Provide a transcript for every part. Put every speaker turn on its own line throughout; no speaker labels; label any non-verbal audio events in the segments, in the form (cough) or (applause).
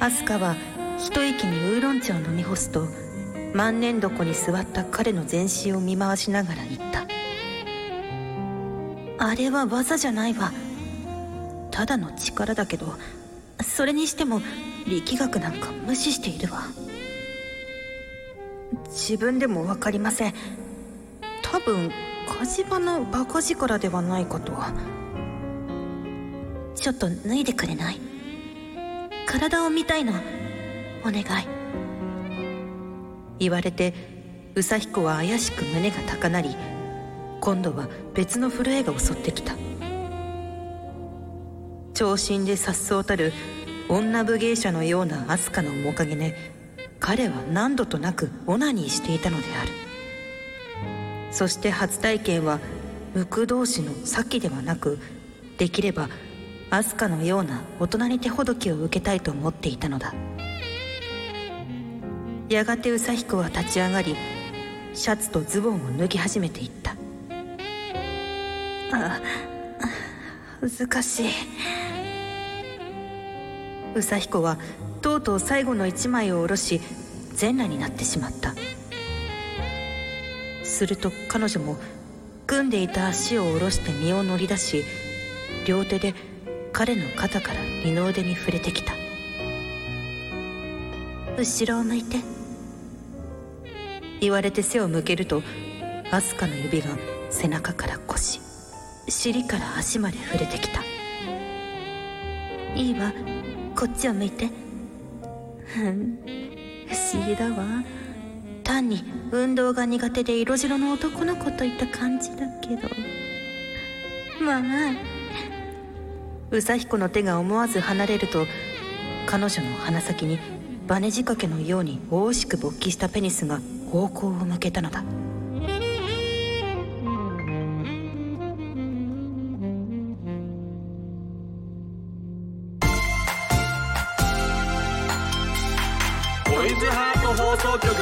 アスカは一息にウーロン茶を飲み干すと万年床に座った彼の全身を見回しながら言ったあれは技じゃないわただの力だけどそれにしても力学なんか無視しているわ自分でも分かりません多分火事場のバカ力ではないかとちょっと脱いでくれない体を見たいのお願い言われて宇佐彦は怪しく胸が高鳴り今度は別の震えが襲ってきた長身で颯爽たる女武芸者のようなアスカの面影で彼は何度となくオナニーしていたのであるそして初体験は無垢同士の先ではなくできればアスカのような大人に手ほどきを受けたいと思っていたのだやがてウサヒコは立ち上がりシャツとズボンを脱ぎ始めていったあ難しいウサヒコはとうとう最後の一枚を下ろし全裸になってしまったすると彼女も組んでいた足を下ろして身を乗り出し両手で彼の肩から二の腕に触れてきた後ろを向いて言われて背を向けるとアスカの指が背中から腰尻から足まで触れてきたいいわこっちを向いてふん不思議だわ単に運動が苦手で色白の男の子といった感じだけどまあ宇佐彦の手が思わず離れると彼女の鼻先にバネ仕掛けのように大しく勃起したペニスが方向を向けたのだ
トイズハート放送局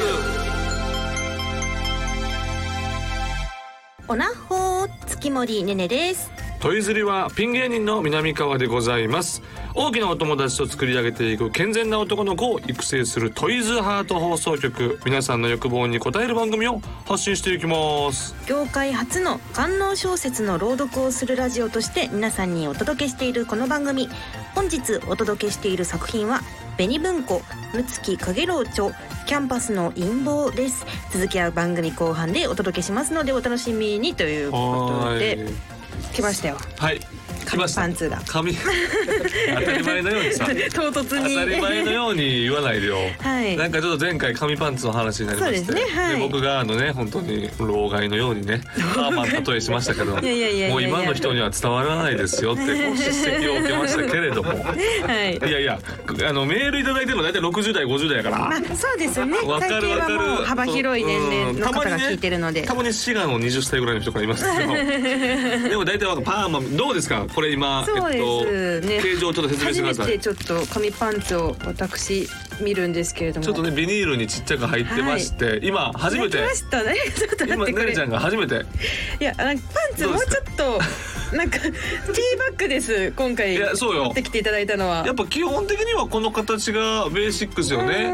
おなほー月森ねねです
トイズリはピン芸人の南川でございます大きなお友達と作り上げていく健全な男の子を育成するトイズハート放送局皆さんの欲望に応える番組を発信していきます
業界初の官能小説の朗読をするラジオとして皆さんにお届けしているこの番組本日お届けしている作品は「紅文庫六月影楼著キャンパスの陰謀」です続きは番組後半でお届けしますのでお楽しみにということで来ましたよ
はい来ました
紙パンツが
紙 (laughs) 当たり前のようにさ
唐突
当
に
たり前のように言わないでよ、
はい
なんかちょっと前回紙パンツの話になりまして
そうですねはい
僕があのね本当に老害のようにねパーマン例えしましたけど
いやいやいやいや
もう今の人には伝わらないですよってこう叱責を受けましたけ
(laughs)
れどもい
はい
やいやあのメールいただいてるの大体60代50代やから
まあそうですね
わか
体
るわ
型
か
はもう
る
幅広い年齢の方が聞いてるので
うんたまにねたまに滋賀の20歳ぐらいの人からいますけ
(laughs)
どでも大体はパーマンどうですかこれ今
そうですね
えっと、形状をちょっと説明
初
してく
め
ださい
てちょっと紙パンツを私見るんですけれども
ちょっとねビニールにちっちゃく入ってまして、今初め
泣き
て
ましたねちょっと待っ
今
て
ね
くれ
ねちゃんが初めて
いやなんかパンツもうちょっ
(laughs)
となんかティーバッグです今回
いやそうよ
持ってきていただいたのは
やっぱ基本的にはこの形がベーシックスよね
う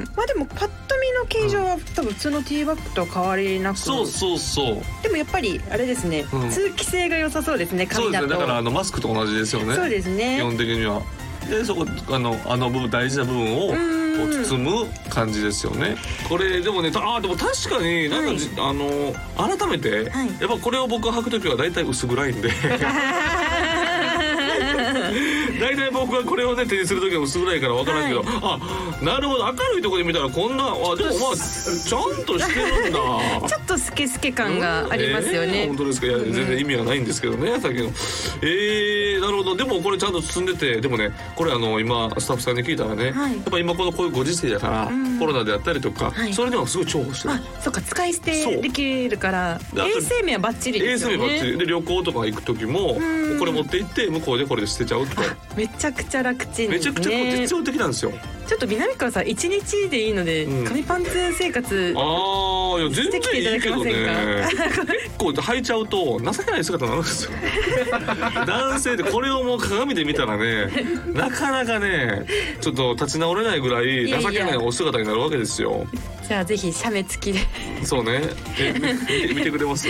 んまあでもパッと見の形状は多分普通のティーバッグとは変わりなく
そうそうそう
でもやっぱりあれですね、
うん
通気性が良さそうですね
そう
髪だ
です
と
ねだからあのマスクと同じですよね
そうですね
基本的にはでそこあのあの部分大事な部分をこ
ん
う包む感じですよねこれでもねたあーでも確かになんかじ、あの改めて、
はい
やっぱこれを僕履く時は大体薄
(laughs)
暗いんで大体僕がこれをね手にする時は薄暗いから分からんけど、
は
あなるほど明るいところで見たらこんなあでもまあちゃんとしてるんだ
ちょっとスケスケ感がありますよ
えー
ね、
本当ですかいや全然意味はないんですけどね、さっきのえー、なるほどでもこれちゃんと進んでてでもねこれあの今スタッフさんに聞いたらね、
はい
やっぱ今このこういうご時世だから、
ん
コロナであったりとか、
はい
それではすごい重宝してる
あ、そっか使い捨てできるから
であと
衛生面はバッチリ
衛
です
生
よね。
面バッチリで旅行とか行く時も
うん
これ持って行って向こうでこれで捨てちゃうとか
あめちゃくちゃ楽ちん
め
で
ち
す
ゃく
ね。
ちゃもう実用的なんですよ、
ちょっと南川さん一日でいいので、
うん
紙パンツ生活
ああいや全
してきていた
然い
だ
い
け
け
ま
ど
せん
ね
(laughs)
結構履いちゃうと情けない姿になるんですよ男性ってこれをもう鏡で見たら
(laughs)
ねなかなかねちょっと立ち直れないぐらい情けないお姿になるわけですよ
じゃあぜひ写メ付きで
そうねえ見て見てくれ
(laughs)
ます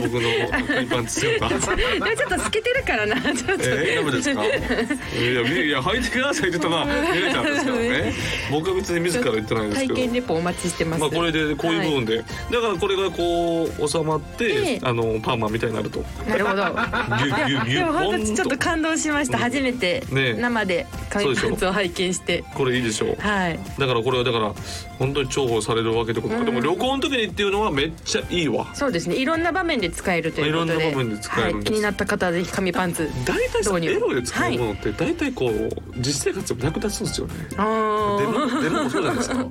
僕の赤いパンツ姿
でもちょっと透けてるか
(laughs)
らなちょっと、
えー、ダメです
(laughs)
か。いや、みいや、履いてくださいって言ったら、みれちゃんですからね。僕は別に自ら言ってないんですけ
体 (laughs) 験
ど。
レポお待ちしてます。
まあ、これで、こういう部分で、だから、これがこう収まって、
ええ
あの、パーマみ (laughs) たいになると。ぎ
なるほど。
ゅぎゅぎゅ
でも本当にちょっ
ポ
と
ンと。
感動しました。
うん
初めて
ねえ
生で紙パンツを拝見して、
これいいでしょう。
はい。
だから、これはだから、本当に重宝されるわけでこと。
うん
でも、旅行の時にっていうのは、めっちゃいいわ。
そうですね。いろんな場面で使えるということで、
いろんな場面で使えるん
はい、
です
気になった方はぜひ紙パンツ。
大体さ
導入
エロで使う
はい
ものって大体こう実生活でも役立つんですよね。デモデモもそうじゃな
ああ。
いです
(laughs)
か。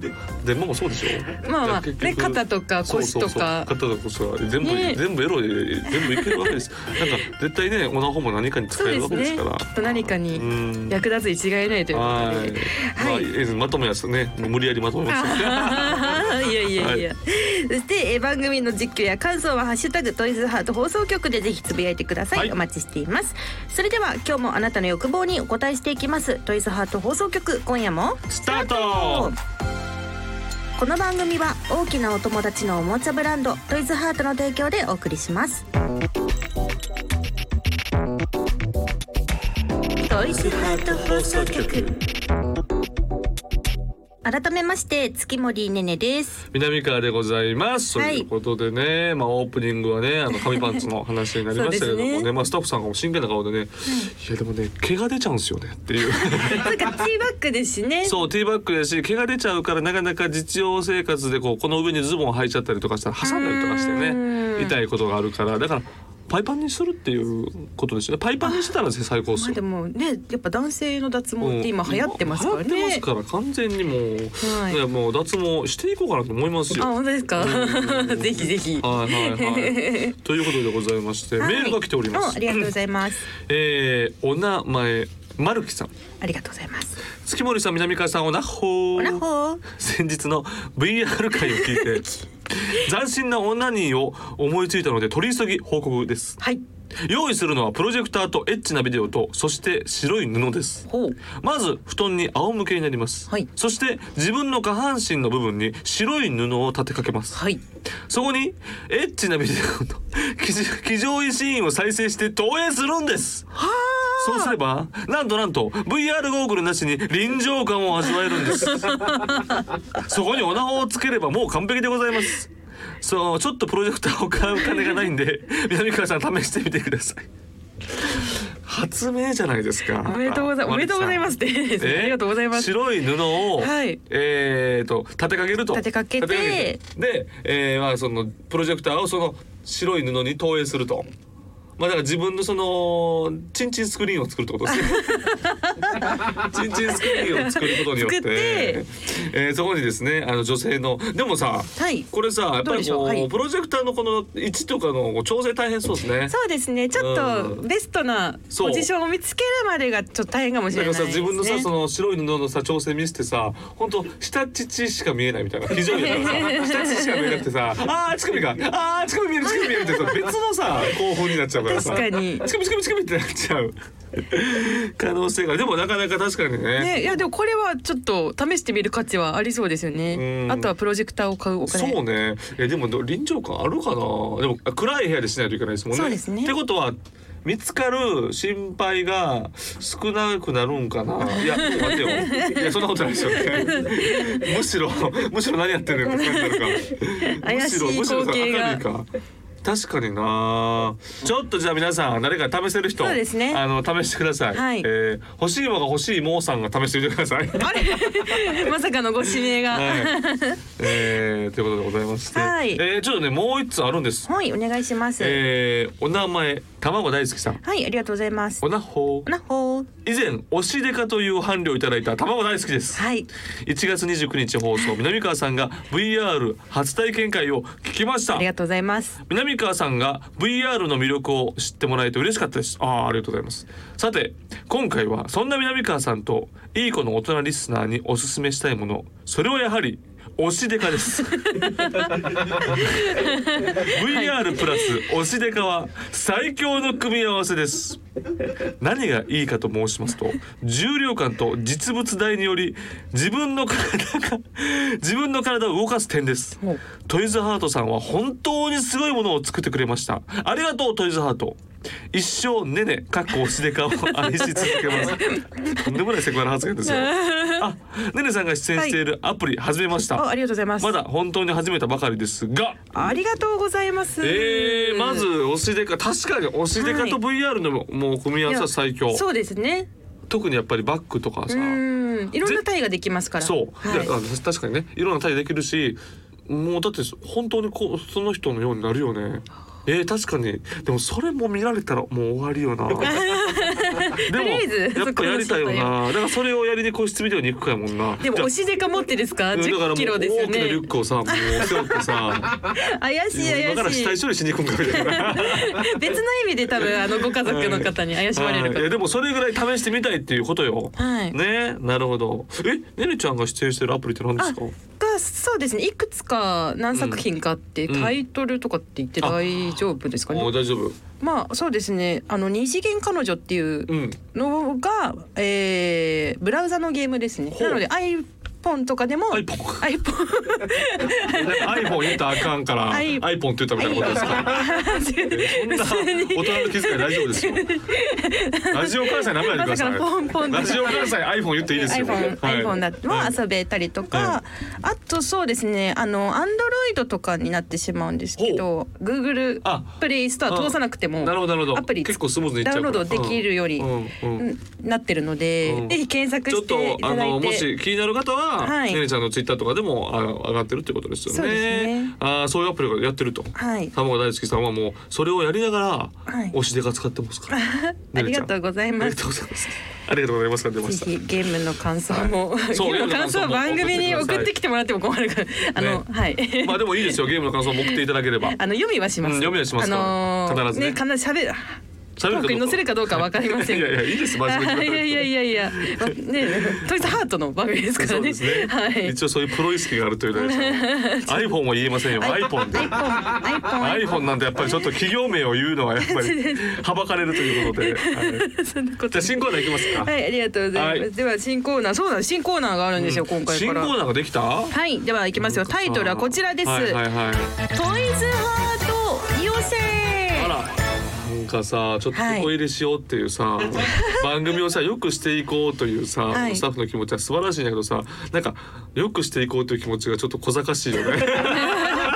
デモもそうでしょ。
まあま
だから
あ、ね、
結局
肩とか腰と
そうそ
か
うそう肩とか腰は全部、
ね
全部エロで全部いけるわけですなんか絶対ねオナホも何かに使えるわけですから
そうですねきっと何かに
うん
役立つに違いないというこ
は
と
い
で。、
ま
は
あ
い
えーまとめますね無理やりまとめましたけど
(laughs) いやいやいや、
そしてえー番組の実況や感想は「ハッシュタグトイズハート放送局」でぜひつぶやいてください、
はい
お待ちしていますそれでは今日もあなたの欲望にお答えしていきますトイズハート放送局今夜も
スタート
この番組は大きなお友達のおもちゃブランドトイズハートの提供でお送りしますトイズハート放送局改めまして月森ねねです
南川でございます、
はい
ということでね、まあ、オープニングはねあの紙パンツの話になりましたけども
(laughs) そうで
ね
すね
まあ、スタッフさんがもう真剣な顔でね、いやでもね毛が出ちゃうんですよねっていう。
なんかティーバッグですしね。
そうティーバッグやし毛が出ちゃうからなかなか実用生活でこうこの上にズボンを履いちゃったりとかしたら挟んだりとかしてね痛いことがあるからだからパイパンにするっていうことですよねパイパンにしてたら最高です
まあ
よ
で。もね、やっぱ男性の脱
う
毛
ん
って今流行ってますから
流行っ
ね
て。ますから完全にもう、
はい
いやもう脱毛していこうかなと思います
あ、
よ。
本当ですか。
うん
(laughs) ぜひぜひ。
はいはいはい。ということでございまして、
はい
メールが来ておりま
おあ
す。
りがとうございます
えー、お名前まるきさん、
ありがとうございます
月森さん、南川さん、おなほ
お
ー。
なほー
先日の VR 回を聞いて斬新なオナニーを思いついたので取り急ぎ報告です
はい。
用意するのはプロジェクターとエッチなビデオとそして白い布です
ほう。
まず布団に仰向けになります、
はい
そして自分の下半身の部分に白い布を立てかけます
はい。
そこにエッチなビデオと騎乗騎乗位シーンを再生して投影するんです
は
そうすればなんとなんと VR ゴーグルなしに臨場感を味わえるんです
(laughs)
そこにおなほをつければもう完璧でございますそうちょっとプロジェクターを買う金がないんで南川さん試してみてください発明じゃないですか
あ。おめでとうございます。おめでとうございます。でですね。ありがとうございます。
白い布を、
はい
えーと立てかけると
立てかけて
立で、えーまあそのプロジェクターをその白い布に投影すると。まあだから自分のそのチンチンスクリーンを作るってこと
(laughs)
ですね。チンチンスクリーンを作ることによって、
作って
えーそこにですねあの女性のでもさ、
はい
これさやっ
ど
ぱ
うで
り
しょう
こう
はい
プロジェクターのこの位置とかのこう調整大変そうですね。
そうですね。ちょっと
うん
ベストな
そう
ポジションを見つけるまでがちょっと大変かもし
だ
れ
か
ない
ら
です
さ
ね。
自分のさその白い布のさ調整見せてさ本当下乳しか見えないみたいな非常にだ
(laughs)
からさ下乳しか見えなくてさあー乳首があー乳首見える乳首見えるってさ別のさ興奮になっちゃうからさ
確か
乳
に
首乳首乳首ってなっちゃう可能性がでもなかなか確かにね
ね、いやでもこれはちょっと試してみる価値はありそうですよ
う
ね。
ん
あとはプロジェクターを買うお金。
そうねえでもど臨場感あるかなでもあ暗い部屋でしないといけないですもんね
そうですね
ってことは見つかる心配が少なくなるんかないや待
(laughs)
ってよいやそんなことないですよ
(laughs)
ねむしろむしろ何やってるのって感じになるか
怪しい
むしろむしろさ
光景が
明るいか確かになちょっとじゃあ皆さん誰か試せる人
そうですね
あの試してください、
はい
えー欲しいものが欲しいもうさんが試してみてください
あれ (laughs) まさかのご指名が、 (laughs)
はい、えーということでございまして、
はい
えーちょっとねもう一つあるんです、
はいお願いします、
えーお名前卵大好きさん
はいありがとうございます
おなほ
なほー
以前「推しデカ」という伴侶をいただいた卵大好きです
はい
1月29日放送南川さんが VR 初体験会を聞きました
ありがとうございます
南川さんが VR の魅力を知ってもらえて嬉しかったですあーありがとうございますさて今回はそんな南川さんといい子の大人リスナーにおすすめしたいものそれはやはり推しデカです VR プラス推しデカは最強の組み合わせです何がいいかと申しますと重量感と実物大により自分の体が自分の体を動かす点です
ほう
トイズハートさんは本当にすごいものを作ってくれましたありがとうトイズハート一生ねねかっこおしでかを愛し続け
(laughs)
ますとんでもないセクハラ発言ですよあねねさんが出演しているアプリ始めました、
あありがとうございます
まだ本当に始めたばかりですが
ありがとうございます
えー、まず推しデカ確かに推しデカと VR のも,、もう組み合わせは最強
そうですね
特にやっぱりバッグとかさ
うんいろんな体ができますから
そう、
はい
であ確かにねいろんな対応できるしもうだって本当にこうその人のようになるよねえー、確かにでもそれも見られたらもう終わり
(laughs)
よなでも
あえず
やっぱやりたいよなだからそれをやりに個室ビデオに行くかやもんな
でも
じゃあ
おしでか持ってですか
うんだからも
10
う
キロですよ
大きなリュッ
ね
クをさもう背負ってさ
怪し (laughs) い
今か
怪
ら
し
死
い
体処理しに行くんかみたいな
(laughs) 別の意味で多分あのご家族の方に怪しまれる
はいい
か
やでもそれぐらい試してみたいっていうことよ、
はい
ねなるほどえねねちゃんが出演してるアプリって何ですか
がそうですねいくつか何作品かあって、
うん
タイトルとかって言って大丈夫ですかね、
もう大丈夫
まあそうですねあの二次元彼女っていう
うん
のが、えーブラウザのゲームですね
ほう
なので iPhone とかでも (laughs)
iPhone
iPhone
(laughs) アイ o n 言ったらあかんからア
ア
イ
イ
o n って言ったみたいなことですか。そんな大人の気遣い大丈夫ですよ。
(laughs)
ラジオ関西名前やめてくだ
まさ
さ
かのポンポン
い。
と
ラジオ関西 iPhone 言っていいですよ。
iPhone,
はい
iPhone だって
は
はい遊べたりとか、
は
あとそうですねあの Android とかになってしまうんですけど Google
あ
プレイストア通さなくても
なるほどなるほど。
アプリ
結構スムーズにいっちゃ
ダウ
うか
ンロ
ら。
ードできるように
うんうんうん
なってるので、
うん
ぜひ検索
ちょっ
して
と
い
あ
ただ
の
い
も
て。
し気になる方は、
はい
ねねちゃんのツイッターとかでもあ上がってるってことですよね。
そうですね
あーそういうアプリがやってると。
はい、
卵大好きさんはもうそれをやりながら、
はい
おしでか使ってますから。ね
(laughs) あ
ね
り
ちゃ
が
ん
とうござい
あ
ま
りが
す
とう。ございます。ありがとうございますが出ました
ぜ。ひゲームの感想も、 (laughs)
そう
ゲームの感想は番組に送ってきてもらっても困るから、あの、
ね
はい。
まあでもいいですよ。ゲームの感想も送っていただければ。
(laughs) あの読みはします。
うん読みはします
あのー、
必ずね
必ず喋る。
喋るかどうか
トークに載せるかどうかわかりません
い
が。
やいやいいです真面目に
あいやいやいやいや。まね、トイズハートの番組ですから
そう
ね。
ですね。
はい。
一応そういうプロ意識があるという
(laughs)
ね。iPhone は言えませんよ。iPhone で。
iPhone iPhone
iPhone なんてやっぱりちょっと企業名を言うのはやっぱ
(laughs)
りはばかれるということで。はい
そんなこと
じゃあ新コーナーいきますか。
はい、ありがとうございます。
はい
では新コーナー、そうなんです新コーナーがあるんですよ、今回
新
か
コ
ら。
ーナーができた？
はい、では行きますよ。タイトルはこちらです。
はいはいはい。
トイズハートよせ
あら。なんかさちょっと
はい
お入れしようっていう
(laughs)
さ、番組をさよくしていこうというさ、
はい
スタッフの気持ちは素晴らしいんだけどさなんかよくしていこうという気持ちがちょっと小賢しいよ
(laughs)
ね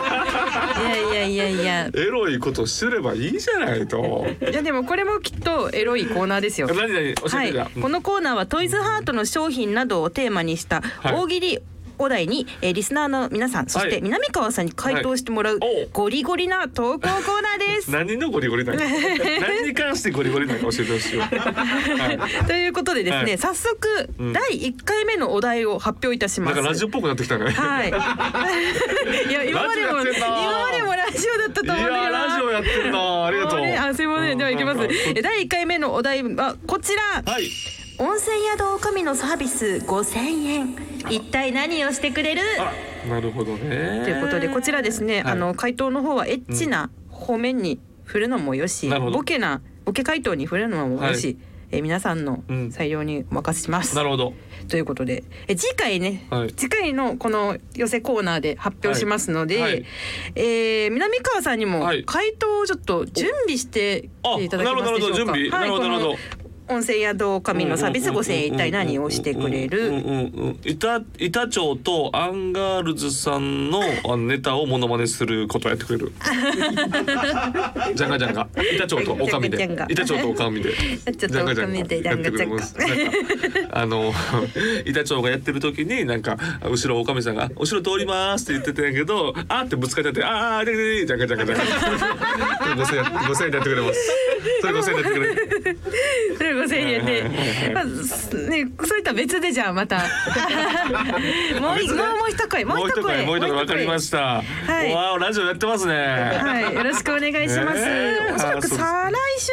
いやいやいやいや。
エロいことしてればいいじゃない
(laughs)
と
いやでもこれもきっとエロいコーナーですよ。
何々教
は
えて
い
じゃあ、、
このコーナーはトイズハートの商品などをテーマにした
い
大喜利お題に、えーリスナーの皆さんそし
はい
て南川さんに回答してもらう
はいお
ゴリゴリな投稿コーナーです。
何のゴリゴリなの
(laughs)
何に関してゴリゴリなのか教えてほしいよ、
(laughs)
はい、
ということでですね、
はい
早速、
ん
第1回目のお題を発表いたし
な
ま
ん
す。
かラジオっぽくなってきたね、
はい。い (laughs) や今までも
ラジオやってんな
今までもラジオだったと
い
思うんだけどな
やラジオやってるなありがとう
もねあすいませんでは行きます
うんなん。
え第1回目のお題はこちら。
かはい
温泉宿おかみのサービス5000円一体何をしてくれる
あなるほどね
ということでこちらですね、
はい
あの回答の方はエッチな方面に振るのもよし、
なるほど
ボケなボケ回答に振るのもよし、
は
えー皆さんの
うん
採用にお任せします。
なるほど
ということでえ次回ね、
はい
次回のこの寄せコーナーで発表しますので、
はいはい
えー南川さんにも
はい
回答をちょっと準備してきていただけますでしょうか。
あなるほどなるほど準備なるほど
はいこの
なるほ
音声宿紙のサービス5,000円一体何をしてくれ
うん
る
うんうん板板長とアンガールズさんのあのネタをモノマネすることをやってくれるジャンガジャンガ板長とおかみ
ジ
で
ャンガジャンガ
板長とおかみで
板長と女将で
ジャンガジャンガやってくれますなんかあの板長がやってる時になんか後ろおかみさんが「後ろ通ります」って言ってたんやけど「あ」ってぶつかっちゃって「あーあでででジャンガジャンガジャンガ」5,000円5,000円でやってくれますそれ5,000円でやってくれる。
それ5,000円で、まあすね、それとは別でじゃあまたもうい
別で
もうもう一声
もう一声、もう一声、わかりま
し
した。
はい
わあ、ラジオやってますね。は
はい、よろしくお願いします。
えー
おそらく再来週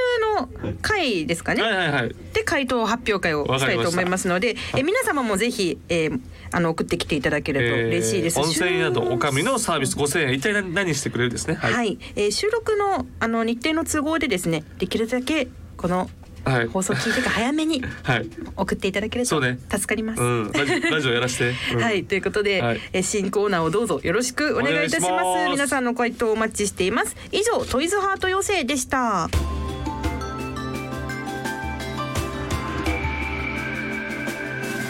の回ですか
い
ね。
はいはい。
で回答発表会をしたいと思いますので、え皆様もぜひ、えーあの送ってきていただければ嬉しいです。
えー温泉宿おかみのサービス5000円、一体何何してくれるですね。
はい、
はい。
えー収録のあの日程の都合でですね、できるだけこの
はい。
放送聞いてから早
(laughs)
めに
はい。
送っていただける
そう
と
ね
助かります。
うん、ラジオ、ラジオやらして。うん
(laughs) はい、ということで、
はい
えー新コーナーをどうぞよろしくお願いいたします
お願いします
皆さんの回答をお待ちしています以上トイズハート養成でした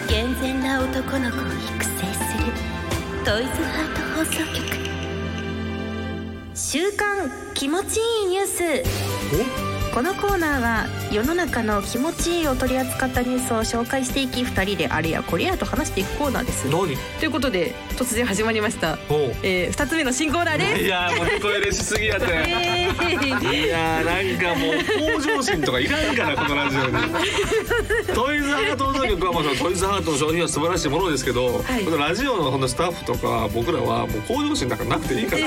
健全な男の子を育成するトイズハート放送局週刊気持ちいいニュースこのコーナーは世の中の気持ちいいを取り扱ったニュースを紹介していき2人であれやこれやと話していくコーナーですと
何。
いうことで突然始まりました、
おう。
えー、2つ目の新コーナーです
いやー、もう、声嬉しすぎやって。
イエーイ
いやーなんかもう向上心とかいらんからこのラジ
(laughs)
オにトイズハート放送局はもうそのトイズハートの商品は素晴らしいものですけど、
はい
このラジオのこのスタッフとか僕らはもう向上心なんかなくていい
(laughs)
から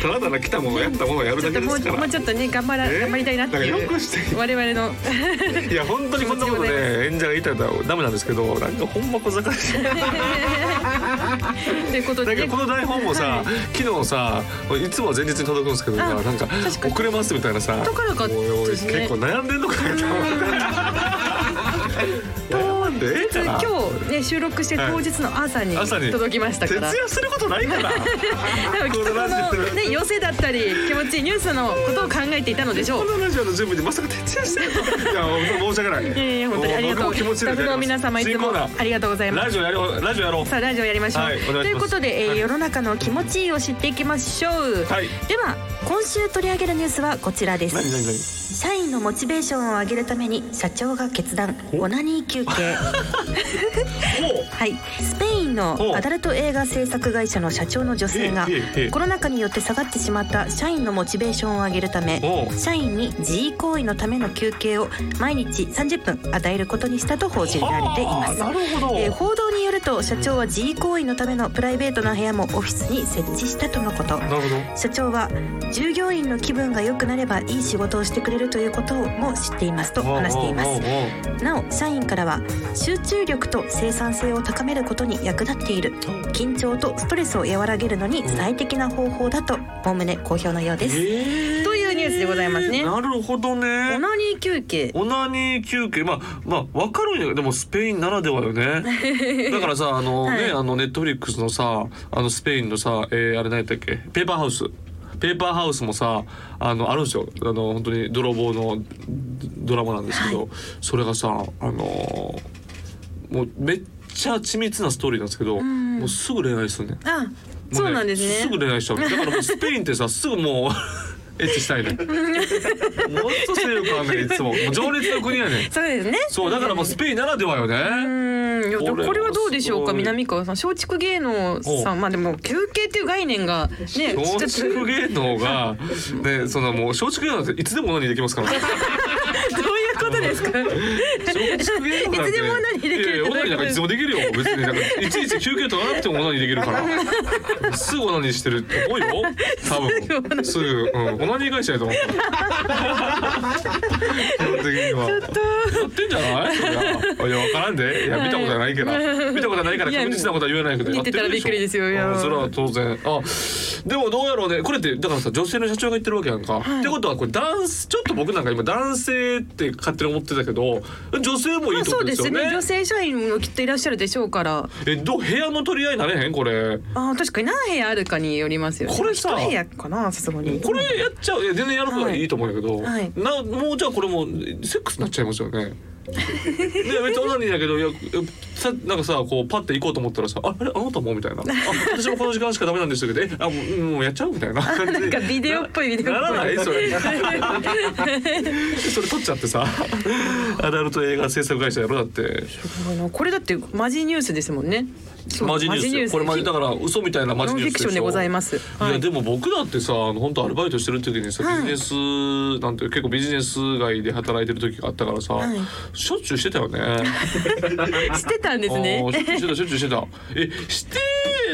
ただただ来たものやったものをやる
ちょ
だ
っ
け
と
で
(laughs) も
すか
うも
ら
うちょっとね頑張ら
え
頑張りたいなってい
なんかよくして
う我々の (laughs)
いや本当にこんなことね演者が言いたいとはダメなんですけどなんかほんま小賢しい
ということ
な
で
んか
ね
この台本もさ、昨日さ、いつもは前日に届くんですけど、
あ
なんか
確かに
遅れますみたいなさ、
届かなかった
おいおい
で
結
すね
構悩んでんのかなと
(laughs)
思って。悩んでええか
今
な。
日ね収録して
はい
当日の朝に
朝に
届きましたから
徹夜することない
(laughs)
から。
でもきっとこ
このラジ
の
オ
ね寄せだったり気持ちいいニュースのことを考えていたのでしょ
こ
う
のラジオの準備でまさか徹夜してるの。いや
(laughs)
本当申し訳ない。
いやいや本当にありがと
も
う
僕も気持
ス
ち
タ
悪
ッ
い
フの皆様いつもありがとうございま
ラ
す
ジオやろうラジオやろう。
さあラジオやりましょう、
はいお願いしま
と
す
いうことで、えー
はい
世の中の気持ちいいを知っていきましょう、
はい
では今週取り上げるニュースはこちらで
何何
す
社
何。
員のモチベーションを上げるために社長が決断オナニー休
(laughs)
憩
おう
はい、スペイン
ほう
のアダルト映画制作会社の社長の女性が
ええええええ
コロナ禍によって下がってしまった社員のモチベーションを上げるため
おう
社員に自慰行為のための休憩を毎日30分与えることにしたと報じられていま
あ
す
ー。なるほど。
えー報道によると社長は自慰行為のためのプライベートな部屋もオフィスに設置したとのこと
なるほど。
社長は従業員の気分が良くなればいい仕事をしてくれるということも知っていますと話しています
おうおうおう
なお社員からは集中力と生産性を高めることに役立っている緊張とストレスを和らげるのに最適な方法だとおおむね好評のようです
えー
というニュースでございますね
なるほどね
オ。ナニー休憩
オナニー休憩まあまあわかるんやけどでもスペインならではよね
(laughs)
だからさあの、
はい
ねあのネットフリックスのさあのスペインのさ、えーあれ何やったっけペーパーハウスペーパーハウスもさあのあるんですよあの本当に泥棒のドドラマなんですけど、それがさあのーもうめっちゃ緻密なストーリーなんですけど、もうすぐ恋愛するねんも
あそうなんですね
すぐ恋愛しちゃう。
(laughs)
だからもうスペインってさ、すぐもう。エッチしたいね。もっと性欲あんねんい
(laughs)
つも。もう情熱の国やねん。
そうですね
そう、だからもうスペインならではよ
う
ね。
ーんいやでもこれはどうでしょう
これはすご
か
い
南川さん松竹芸能さんまあでも休憩っていう概念がねち
(laughs)
ょっと
松竹芸能が、ね、そのもう松竹芸能っていつでも何できますから。
どういうことですか
松竹芸能なんて
いつでもオナニーできる
いやいやオナニーなんかいつでもできるよ。別になんかいちいち休憩取らなくてもオナニーできるから。すぐオナニーしてるって多いよ。多分。
(laughs)
すぐ、うん、オナニー会社やと思う。基本的には。やってんじゃない？そりゃいやわからんで。いや見たことないけど、見たことないから
いや
確実なことは言えないけど。
見
やる
て
で
た
しょ
らびっくりですよいや
うんそれは当然。あ、でもどうやろうね。これってだからさ女性の社長が言ってるわけやんか。ってことはこれ男性ちょっと僕なんか今男性って考勝手に思ってたけど女性もいい
まあ
って
そ
こ
う
とで
ですす
よね,、
ね。女性社員もきっといらっしゃるでしょうから。
えどう部屋の取り合いなれへんこれ
ああ確かに何部屋あるかによりますよ、ね。
これさ
一部屋かなさすがに。
これやっちゃういや全然やる方がいいと思うんやけど、
はいはい
なもうじゃあこれもうセックスになっちゃいますよ
(laughs)
ね。でめっちゃオナニーだけどいやさなんかさこうパッて行こうと思ったらさ「ああれあなたも?」み
(laughs)
たいな「あ私もこの時間しかダメなんですけどえあもうもうやっちゃう?」みたいな感じ
(laughs) なんかビデオっぽいビデオっぽい
なな
(laughs)
らないそれそれ撮っちゃって
(laughs)
さアダルト映画制作会社やろだって
あのこれだってマジニュースですもんね。そう
マジニュースよこれマジだから嘘みたいなマジ
ノン
ニュー
フィ
スで
クション
し
で
ょ
ございます。
い
は
や
い
でも僕だってさあの本当アルバイトしてる時にさ、
は
ビ
い
ジネスなんて結構ビジネス街で働いてる時があったからさ、
はい
しょっちゅうしてたよね。
してたん (laughs) ですね
あ。ーしょっちゅうしてたしょっちゅうしてた。えして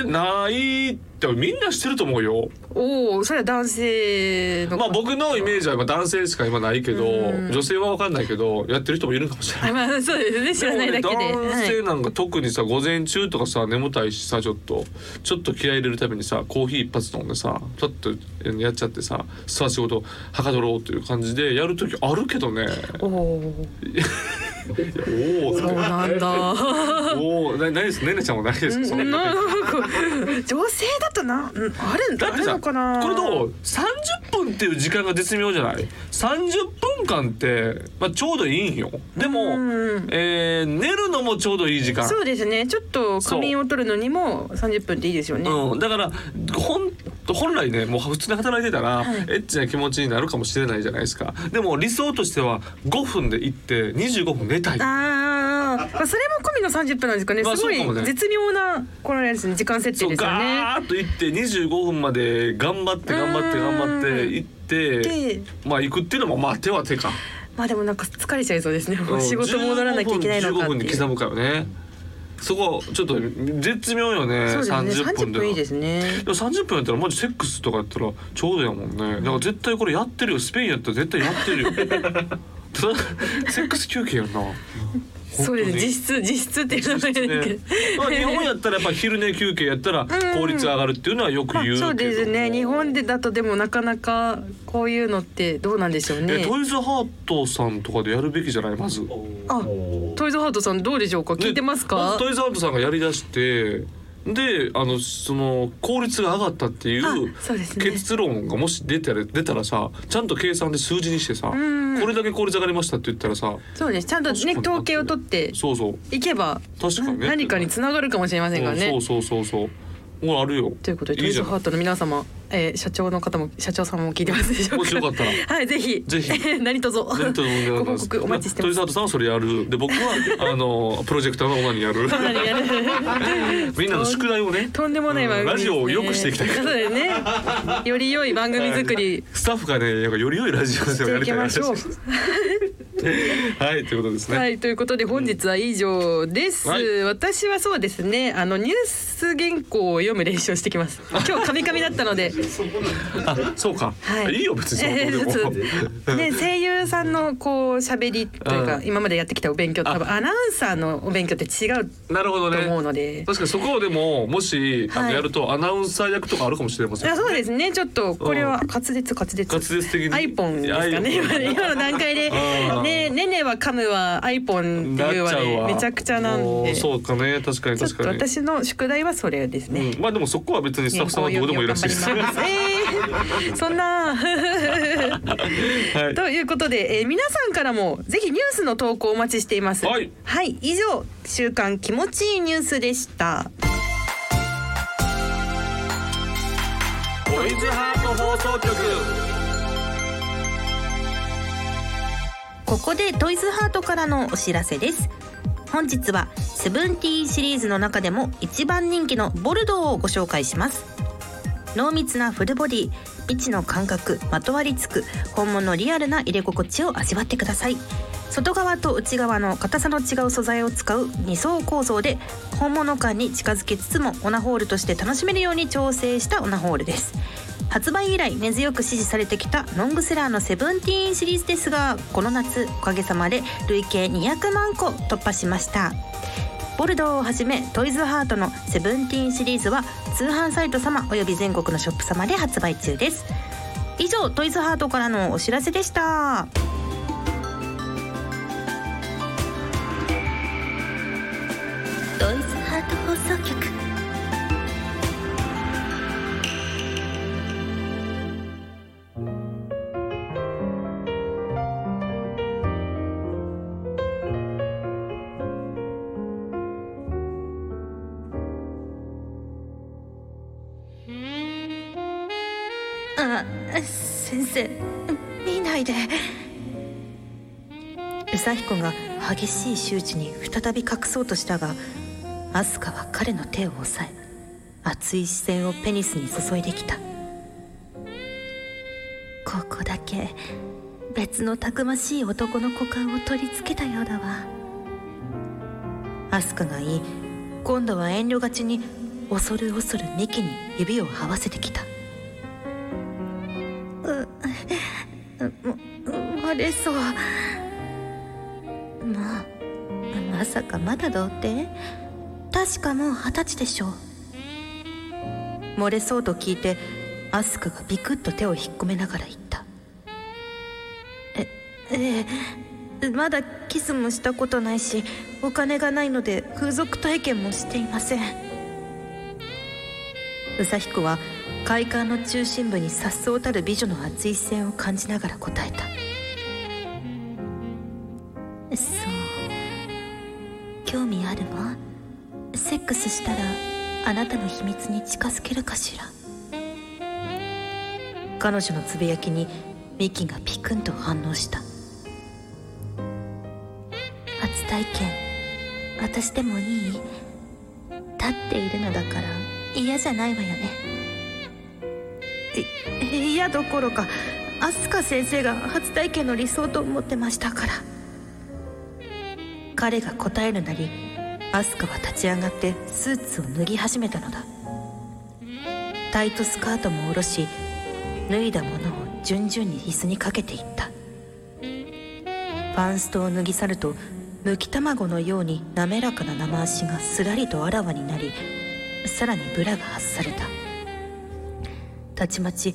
ないってみんなしてると思うよ。
おお、それは男性の。
まあ僕のイメージは今男性しか今ないけど、女性はわかんないけどやってる人もいるかもしれない。
あ (laughs) まあそうですね。知らないだけで。
もね男
はい
性なんか特にさ午前中とかさ眠たいしさちょっとちょっと気合い入れるためにさコーヒー一発飲んでさちょっとやっちゃってささあ仕事はかどろうという感じでやる時あるけどね
おお、
おお
そうなんだ。
おおなないですねねちゃんもないですかそんな
ななんか女性だとな、うんあるん
だっ
あ
て
る
さ
の
こ
か
れ
な。
どう30分っていう時間が絶妙じゃない30分間って、まあ、ちょうどいいんよでも、
うん
えー寝るのもちょうどいい時間
そうですね。ちょっと仮眠を取るのにも30分でいいですよね。
うん、だから本本来ねもう普通に働いてたら、
はい
エッチな気持ちになるかもしれないじゃないですかでも理想としては5分で行って25分寝たい
ああ、まあそれも込みの30分なんですかね。
まあ
すごい
そうかもね
絶妙なこのやつね時間設定
そう
ですよね。
ガーッと行って25分まで頑張って頑張って
う
頑張
ん
って行って
で
まあ行くっていうのもまあ手は手か
まあでもなんか疲れちゃいそうですね。もう (laughs) 仕事
うん
戻らなきゃいけないのか
15
って
分
い
に
う。
刻むからねそこちょっと絶妙よね
そうですね。
30
30
分で
分いいですね。
でも30分やったらマジセックスとかやったらちょうどやもんねだから絶対これやってるよスペインやったら絶対やって
(laughs)
るよただセックス休憩やんな
そうですね。実質実質っていうのもあれだけ
ね
ど。
まあ日本やったらやっぱ昼寝休憩やったら効率上がるっていうのはよく
ま
言うけど、
あ、そうですね日本でだとでもなかなかこういうのってどうなんでしょう
え
ね
トイズハートさんとかでやるべきじゃないまず
あトイズハートさんどうでしょうか聞いてます
で
か
ずトイズハートさんがやりだしてであのその効率が上がったってい
あ
う
そうですね
結論がもし出たら出たらさちゃんと計算で数字にしてさこ
ん
れだけ効率上がりましたって言ったらさ
そうですちゃんとね
確かに
統計を取って
そうそう
いけば
確かにね
な何かにつながるかもしれませんからね
うんそうそうそうそうもうあるよ
ということでトイ
じ
ズ
ゃん
ハートの皆様えー社長の方も社長さんも聞いてますでしょうか
もしよかったら
(laughs) はいぜひ
ぜひ
(laughs) 何卒ご
全然問題な
報
いです
告お待ちして
ト
ま
イ
す
ズハートさんはそれやるで僕はあのプロジェクターのオナにやるみんなの宿題をね
とんでもない番組です、ね
うんラジオを良くしていきたい
そうだよねより良い番組作り
スタッフがねなんかより良いラジオでもやりたいな
していきまし
はいということですね、
はいということで本日は以上です、
うんはい
私はそうですねあのニュース原稿を読む練習をしてきます
(laughs)
今日カミカミだったので
あそうか、
はい
い、いよ別にその
え (laughs) ー
どうでも
ち
(laughs)
ょっとね声優さんのこう喋りというか、
うん
今までやってきたお勉強と多分アナウンサーのお勉強って違う
なるほど
と
ね
思うので、
確かにそこをでももしあの、
はい
やるとアナウンサー役とかあるかもしれません
あそうですねちょっとこれは滑舌滑舌
滑舌的に
アイポンですかね
iPhone
今の段階で
うん
ねねねは噛むはアイポンって
なっ
い
ち
うは
ゃうわ
ねめちゃくちゃなん
も
で
うそうかね確かに
ちょっ
確
と
かに
私の宿題はそれですね、
うんまあでもそこは別にスタッフさんはどうでもいいらしいです。
原
は
稿を読みを頑張ります。えーそ (laughs) んな。 (laughs)
(laughs) い。
ということで、えー皆さんからもぜひニュースの投稿お待ちしています。
はい
以上週刊気持ちいいニュースでした。
トイズハート放送局。
ここでトイズハートからのお知らせです本日はセブンティーンシリーズの中でも一番人気のボルドーをご紹介します濃密なフルボディ未知の感覚まとわりつく本物のリアルな入れ心地を味わってください外側と内側の硬さの違う素材を使う2層構造で本物感に近づけつつもオナホールとして楽しめるように調整したオナホールです発売以来根強く支持されてきたロングセラーのセブンティーンシリーズですがこの夏おかげさまで累計200万個突破しましたボルドーをはじめトイズハートのセブンティーンシリーズは通販サイト様および全国のショップ様で発売中です以上トイズハートからのお知らせでした先生見ないでウサヒコが激しい周知に再び隠そうとしたがアスカは彼の手を押さえ熱い視線をペニスに注いできたここだけ別のたくましい男の股間を取り付けたようだわアスカが言い今度は遠慮がちに恐る恐る幹に指を這わせてきたうう割れそうまあまさかまだ童貞確かもう二十歳でしょう漏れそうと聞いてアスカがビクッと手を引っ込めながら言ったえええまだキスもしたことないしお金がないので風俗体験もしていませんウサヒコは快感の中心部に颯爽たる美女の熱い視線を感じながら答えたそう興味あるわセックスしたらあなたの秘密に近づけるかしら彼女のつぶやきにミキがピクンと反応した初体験私でもいい立っているのだから嫌じゃないわよねい嫌どころか飛鳥先生が初体験の理想と思ってましたから彼が答えるなり飛鳥は立ち上がってスーツを脱ぎ始めたのだタイトスカートも下ろし脱いだものを順々に椅子にかけていったパンストを脱ぎ去るとむき卵のように滑らかな生足がすらりとあらわになりさらにブラが外されたたちまち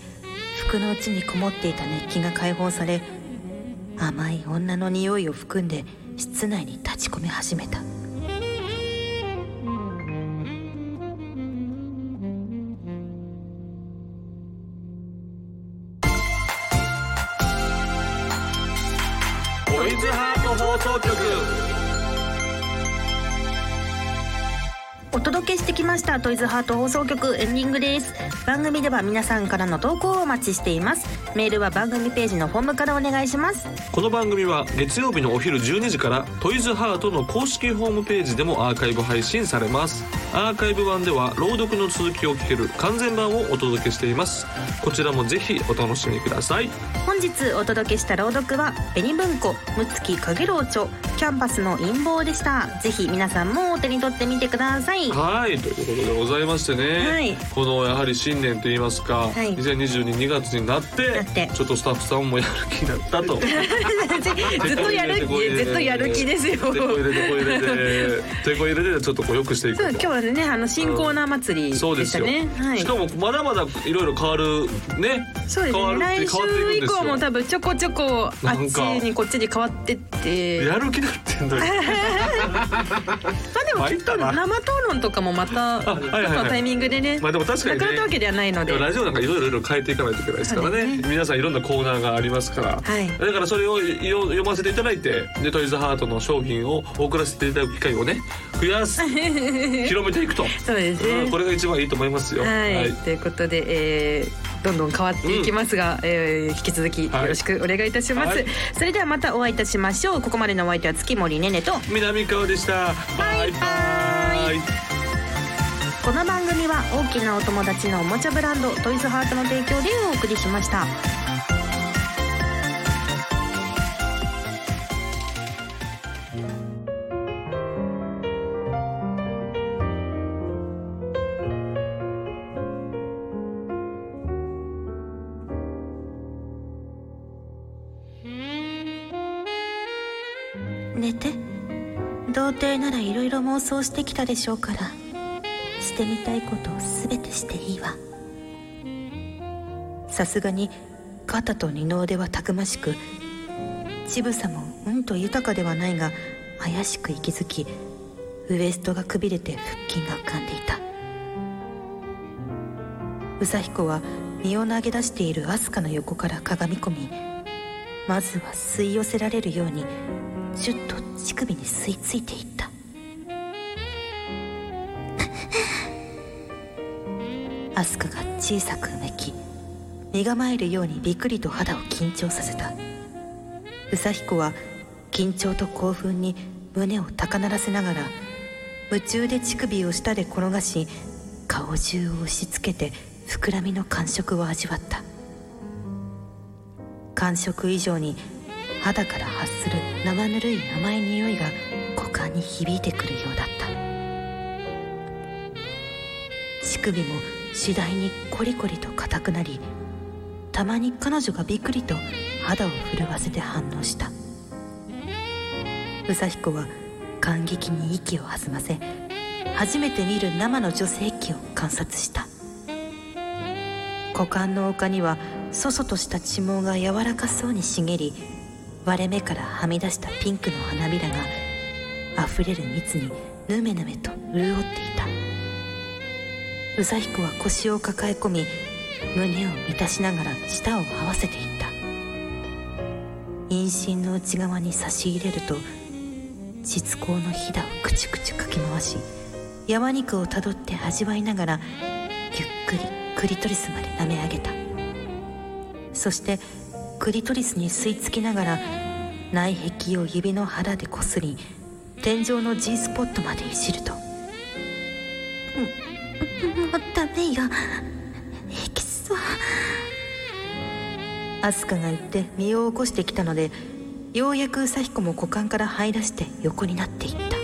服の内にこもっていた熱気が解放され甘い女の匂いを含んで室内に立ち込め始めた
トイズハート放送局
お届けしてきましたトイズハート放送局エンディングです番組では皆さんからの投稿をお待ちしていますメールは番組ページのフォームからお願いします
この番組は月曜日のお昼12時からトイズハートの公式ホームページでもアーカイブ配信されますアーカイブ版では朗読の続きを聞ける完全版をお届けしていますこちらもぜひお楽しみください
本日お届けした朗読は紅文庫むつきかげろう著キャンパスの陰謀でしたぜひ皆さんもお手に取ってみてください
はいということでございましてね、
はい
このやはり新年といいますか、
い
2022月になって
なって
ちょっとスタッフさんもやる気になったと
ずっとやる気ずっとやる気ですよ。
手こ入れてこ入れて手こ入れてちょっとこう良くしていく
そう今日はねあの新コーナー祭りで
そうで
し
す
た
よ、
ね。はい
し。かもまだまだいろいろ変わるね
そうです
変わ
ね。
るって変わって
来
いくん
週
で
以
すよ
降も多分ちょこちょこあっちにこっちに変わってって。
やる気になってんだよ
まあでもきっと生討論とかもまた
あはいはいはい
ちょっとタイミングでね。
まあでも確かにね
なくなったわけではないの
で
で。
もラジオなんかいろいろ変えていかないといけないですからね皆さんいろんなコーナーがありますから、
はい
だからそれをいよ読ませていただいてでトイズハートの商品を送らせていただく機会をね増やす
(laughs)
広めていくと、
そうですね。
うん、これが一番いいと思いますよ
はい、
はい
ということで、えーどんどん変わっていきますが、えー引き続きよろしくお願いいたします、
はい
それではまたお会いいたしましょうここまでのお相手は月森ねねと
南川でしたバイバ
バ
イ
この番組は大きなお友達のおもちゃブランドトイズハートの提供でお送りしました寝て童貞ならいろいろ妄想してきたでしょうからしてみたいことを全てしていいわさすがに肩と二の腕はたくましく乳房もうんと豊かではないが怪しく息づきウエストがくびれて腹筋が浮かんでいた宇佐彦は身を投げ出しているアスカの横からかがみ込みまずは吸い寄せられるようにシュッと乳首に吸い付いていったアスカが小さくうめき身構えるようにびっくりと肌を緊張させた宇佐彦は緊張と興奮に胸を高鳴らせながら夢中で乳首を舌で転がし顔中を押し付けて膨らみの感触を味わった感触以上に肌から発する生ぬるい甘い匂いが股間に響いてくるようだった乳首も次第にコリコリと硬くなりたまに彼女がびっくりと肌を震わせて反応した宇佐彦は感激に息を弾ませ初めて見る生の女性器を観察した股間の丘にはそそとした地毛が柔らかそうに茂り割れ目からはみ出したピンクの花びらが溢れる蜜にヌメヌメと潤っていた宇佐彦は腰を抱え込み胸を満たしながら舌を合わせていった陰唇の内側に差し入れると膣口のひだをくちくちかき回し山肉をたどって味わいながらゆっくりクリトリスまで舐め上げたそしてクリトリスに吸い付きながら内壁を指の腹でこすり天井の G スポットまでいじるともうダメよエキスはアスカが言って身を起こしてきたのでようやくウサヒコも股間から這い出して横になっていった